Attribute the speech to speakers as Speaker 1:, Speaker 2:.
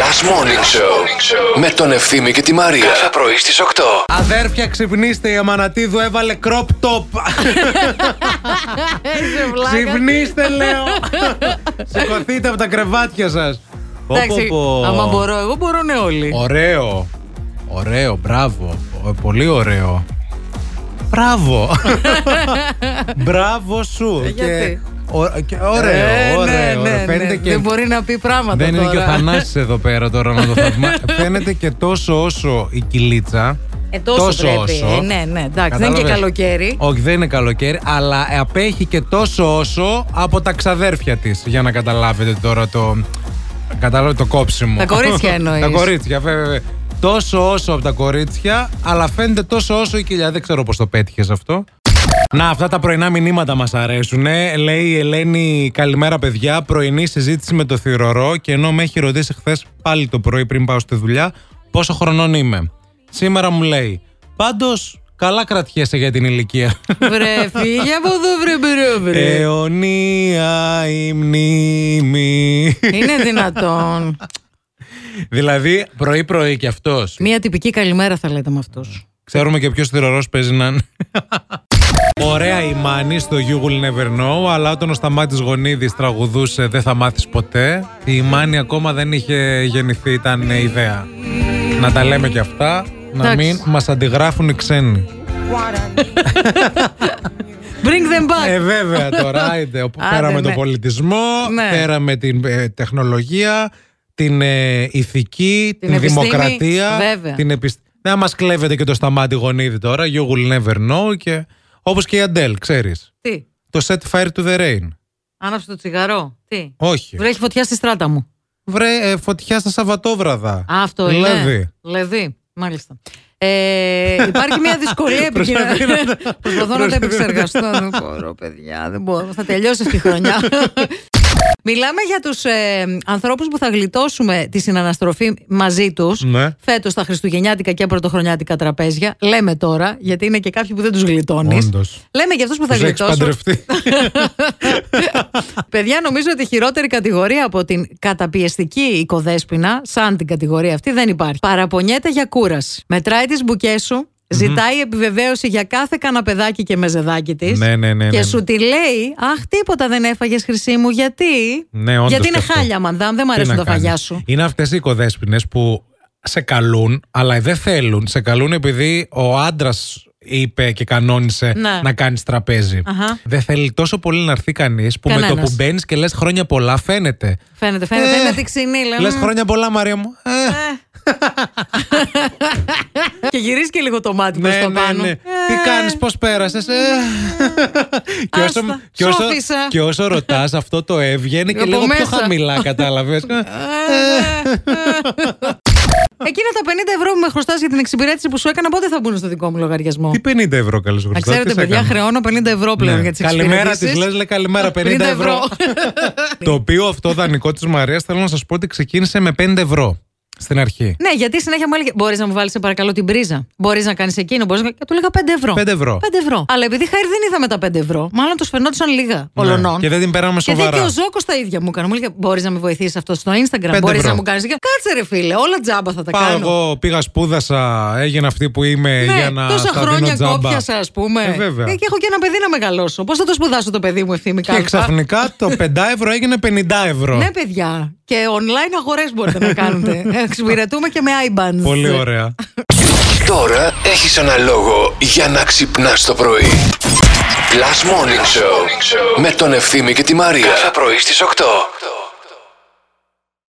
Speaker 1: Last Morning Show με τον Ευθύμη και τη Μαρία. Κάθε πρωί στις 8.
Speaker 2: Αδέρφια, ξυπνήστε. Η Αμανατίδου έβαλε crop top.
Speaker 3: Είσαι βλάκας.
Speaker 2: ξυπνήστε, λέω. Σηκωθείτε από τα κρεβάτια σας.
Speaker 3: Εντάξει, άμα μπορώ, εγώ μπορούν όλοι.
Speaker 2: Ωραίο. Ωραίο, μπράβο. Ο- Πολύ ωραίο. Μπράβο. μπράβο σου.
Speaker 3: Ε, γιατί?
Speaker 2: Και, ο- και ωραίο,
Speaker 3: Ε,
Speaker 2: ωραίο.
Speaker 3: ναι,
Speaker 2: ωραίο.
Speaker 3: ναι, ναι.
Speaker 2: Φαίνεται και
Speaker 3: Δεν μπορεί να πει πράγματα
Speaker 2: Δεν είναι
Speaker 3: τώρα.
Speaker 2: και ο Θανάσης εδώ πέρα τώρα να το θαυμά. Φαίνεται και τόσο όσο η κυλίτσα.
Speaker 3: Ε, τόσο, πρέπει. Ε, ναι, ναι, εντάξει, δεν είναι και
Speaker 2: Κατάλαβες.
Speaker 3: καλοκαίρι.
Speaker 2: Όχι, δεν είναι καλοκαίρι, αλλά απέχει και τόσο όσο από τα ξαδέρφια της. Για να καταλάβετε τώρα το. Καταλάβετε το κόψιμο.
Speaker 3: Τα κορίτσια εννοείς.
Speaker 2: τα κορίτσια, βέβαια. Τόσο όσο από τα κορίτσια, αλλά φαίνεται τόσο όσο η κοιλιά. Δεν ξέρω πώς το πέτυχες αυτό. Να, αυτά τα πρωινά μηνύματα μας αρέσουν. ε. Λέει η Ελένη, καλημέρα παιδιά. Πρωινή συζήτηση με το θηρορό και ενώ με έχει ρωτήσει χθες πάλι το πρωί πριν πάω στη δουλειά, πόσο χρονών είμαι. Σήμερα μου λέει, πάντως καλά κρατιέσαι για την ηλικία.
Speaker 3: Βρε, φύγε από εδώ, βρε, βρε,
Speaker 2: Ε,
Speaker 3: βρε.
Speaker 2: Αιωνία η μνήμη.
Speaker 3: Είναι δυνατόν.
Speaker 2: δηλαδή, πρωί-πρωί κι αυτός.
Speaker 3: Μία τυπική καλημέρα θα λέτε με αυτούς.
Speaker 2: Ξέρουμε και ποιος θηρορός παίζει να είναι. Ωραία η Μάνη στο You Will Never Know, αλλά όταν ο Σταμάτης Γονίδης τραγουδούσε Δεν θα μάθεις ποτέ, η Μάνη ακόμα δεν είχε γεννηθεί, ήταν ε, ιδέα. Να τα λέμε και αυτά, να
Speaker 3: Εντάξει.
Speaker 2: μην μας αντιγράφουν οι ξένοι.
Speaker 3: Bring them back.
Speaker 2: Ε, βέβαια τώρα. Άιντε, όπου
Speaker 3: Άντε,
Speaker 2: πέραμε
Speaker 3: ναι.
Speaker 2: τον πολιτισμό,
Speaker 3: Ναι.
Speaker 2: πέραμε την ε, τεχνολογία, την ε, ηθική, την,
Speaker 3: Την επιστήμη,
Speaker 2: δημοκρατία.
Speaker 3: βέβαια.
Speaker 2: Την επισ- Να μας κλέβετε και το σταμάτη γονίδι τώρα. You will never know. Και... Όπως και η Αντέλ, ξέρεις.
Speaker 3: Τι,
Speaker 2: Το set fire to the rain.
Speaker 3: άναψε το τσιγαρό. Τι.
Speaker 2: Όχι. Βρε,
Speaker 3: Βρέχει φωτιά στη στράτα μου.
Speaker 2: ε, φωτιά στα Σαββατόβραδα.
Speaker 3: Α, Αυτό είναι.
Speaker 2: Δηλαδή.
Speaker 3: Λεβί, μάλιστα. Ε, υπάρχει μια δυσκολία
Speaker 2: Προσπαθεί
Speaker 3: επικοινωνία.
Speaker 2: να τα-
Speaker 3: Προσπαθώ να τα
Speaker 2: προσπαθεί να τα-
Speaker 3: επεξεργαστώ. Δεν μπορώ, παιδιά. Δεν μπορώ. Θα τελειώσει αυτή η χρονιά. Μιλάμε για τους ε, ανθρώπους που θα γλιτώσουμε τη συναναστροφή μαζί τους.
Speaker 2: Ναι.
Speaker 3: Φέτος τα Χριστουγεννιάτικα και Πρωτοχρονιάτικα τραπέζια. Λέμε τώρα, γιατί είναι και κάποιοι που δεν τους γλιτώνεις.
Speaker 2: Όντως.
Speaker 3: Λέμε για αυτούς που θα
Speaker 2: Τους έχεις
Speaker 3: γλιτώσουν.
Speaker 2: παντρευτεί.
Speaker 3: Παιδιά, νομίζω ότι η χειρότερη κατηγορία από την καταπιεστική οικοδέσποινα, σαν την κατηγορία αυτή, δεν υπάρχει. Παραπονιέται για κούραση. Μετράει τις μπουκές σου, ζητάει επιβεβαίωση για κάθε καναπεδάκι και μεζεδάκι της.
Speaker 2: Ναι, ναι, ναι, ναι,
Speaker 3: Και
Speaker 2: ναι.
Speaker 3: σου τη λέει, Αχ, τίποτα δεν έφαγες, Χρυσή μου, γιατί.
Speaker 2: Ναι, όντως
Speaker 3: γιατί
Speaker 2: και
Speaker 3: είναι
Speaker 2: αυτό.
Speaker 3: χάλια, μαντάμ, δεν μου
Speaker 2: Τι
Speaker 3: αρέσουν
Speaker 2: να
Speaker 3: τα
Speaker 2: κάνει.
Speaker 3: φαγιά σου.
Speaker 2: Είναι αυτές οι οικοδέσπινε που σε καλούν, αλλά δεν θέλουν. Σε καλούν επειδή ο άντρας είπε και κανόνισε
Speaker 3: Ναι.
Speaker 2: να κάνεις τραπέζι.
Speaker 3: Αχα.
Speaker 2: Δεν θέλει τόσο πολύ να έρθει κανείς που με το
Speaker 3: Κανένας.
Speaker 2: που μπαίνεις και λες χρόνια πολλά φαίνεται.
Speaker 3: Φαίνεται, φαίνεται.
Speaker 2: Ε,
Speaker 3: είναι τη ξυνή, λέμε.
Speaker 2: Λες χρόνια πολλά, Μαρία μου. Ε,
Speaker 3: και γυρίζει και λίγο το μάτι προς
Speaker 2: ναι,
Speaker 3: τα
Speaker 2: ναι,
Speaker 3: πάνω.
Speaker 2: ναι. Τι
Speaker 3: Ε,
Speaker 2: κάνεις, πώς πέρασες. και, όσο,
Speaker 3: Άστα,
Speaker 2: και, όσο,
Speaker 3: σώθησα.
Speaker 2: και όσο ρωτάς, αυτό το έβγαινε και
Speaker 3: Από
Speaker 2: λίγο πιο
Speaker 3: μέσα.
Speaker 2: χαμηλά, κατάλαβες.
Speaker 3: Ε, Εκείνα τα 50 ευρώ που με χρωστάς για την εξυπηρέτηση που σου έκανα, πότε θα μπουν στο δικό μου λογαριασμό.
Speaker 2: Τι 50 ευρώ, καλώ
Speaker 3: Να
Speaker 2: ήρθατε.
Speaker 3: ξέρετε, παιδιά, χρεώνω 50 ευρώ πλέον
Speaker 2: Ναι.
Speaker 3: για τις
Speaker 2: Καλημέρα της λες, λέει καλημέρα, 50, ευρώ. το οποίο αυτό δανεικό της Μαρίας θέλω να σας πω ότι ξεκίνησε με 5 ευρώ στην αρχή.
Speaker 3: ναι, γιατί συνέχεια μου έλεγε: Μπορείς να μου βάλεις, σε παρακαλώ, την πρίζα. Μπορείς να κάνεις εκείνο. Μπορείς να... Και του λέγα 5 ευρώ.
Speaker 2: 5 ευρώ.
Speaker 3: 5 ευρώ. Αλλά επειδή χάρη δεν είδαμε τα 5 ευρώ, μάλλον τους φαινόντουσαν λίγα
Speaker 2: Ναι.
Speaker 3: ολονών.
Speaker 2: Και δεν την πέραμε
Speaker 3: Και δεν και
Speaker 2: σοβαρά.
Speaker 3: ο Ζώκος τα ίδια μου έκανε. Μου έλεγε: Μπορείς να με βοηθήσεις αυτό στο Instagram,
Speaker 2: Πέντε
Speaker 3: μπορείς
Speaker 2: ευρώ.
Speaker 3: να μου κάνεις. Κάτσε ρε φίλε, όλα τζάμπα θα τα
Speaker 2: Πάω
Speaker 3: κάνω.
Speaker 2: εγώ, πήγα, σπούδασα, έγινα αυτή που είμαι
Speaker 3: Ναι,
Speaker 2: για να.
Speaker 3: τόσα
Speaker 2: στα
Speaker 3: χρόνια
Speaker 2: δίνω τζάμπα.
Speaker 3: κόπιασα, ας πούμε.
Speaker 2: Ε, βέβαια.
Speaker 3: και έχω και ένα παιδί να μεγαλώσω. Πώς θα το σπουδάσω το παιδί μου, ευθύνη
Speaker 2: Και ξαφνικά το 5 ευρώ έγινε 50 ευρώ.
Speaker 3: Ναι, παιδιά. Και online αγορές μπορείτε να κάνετε. Εξυπηρετούμε και με IBANs.
Speaker 2: Πολύ ωραία.
Speaker 1: Τώρα έχεις ένα λόγο για να ξυπνάς το πρωί. Last Morning Show με τον Ευθύμη και τη Μαρία. Κάθε πρωί στις 8.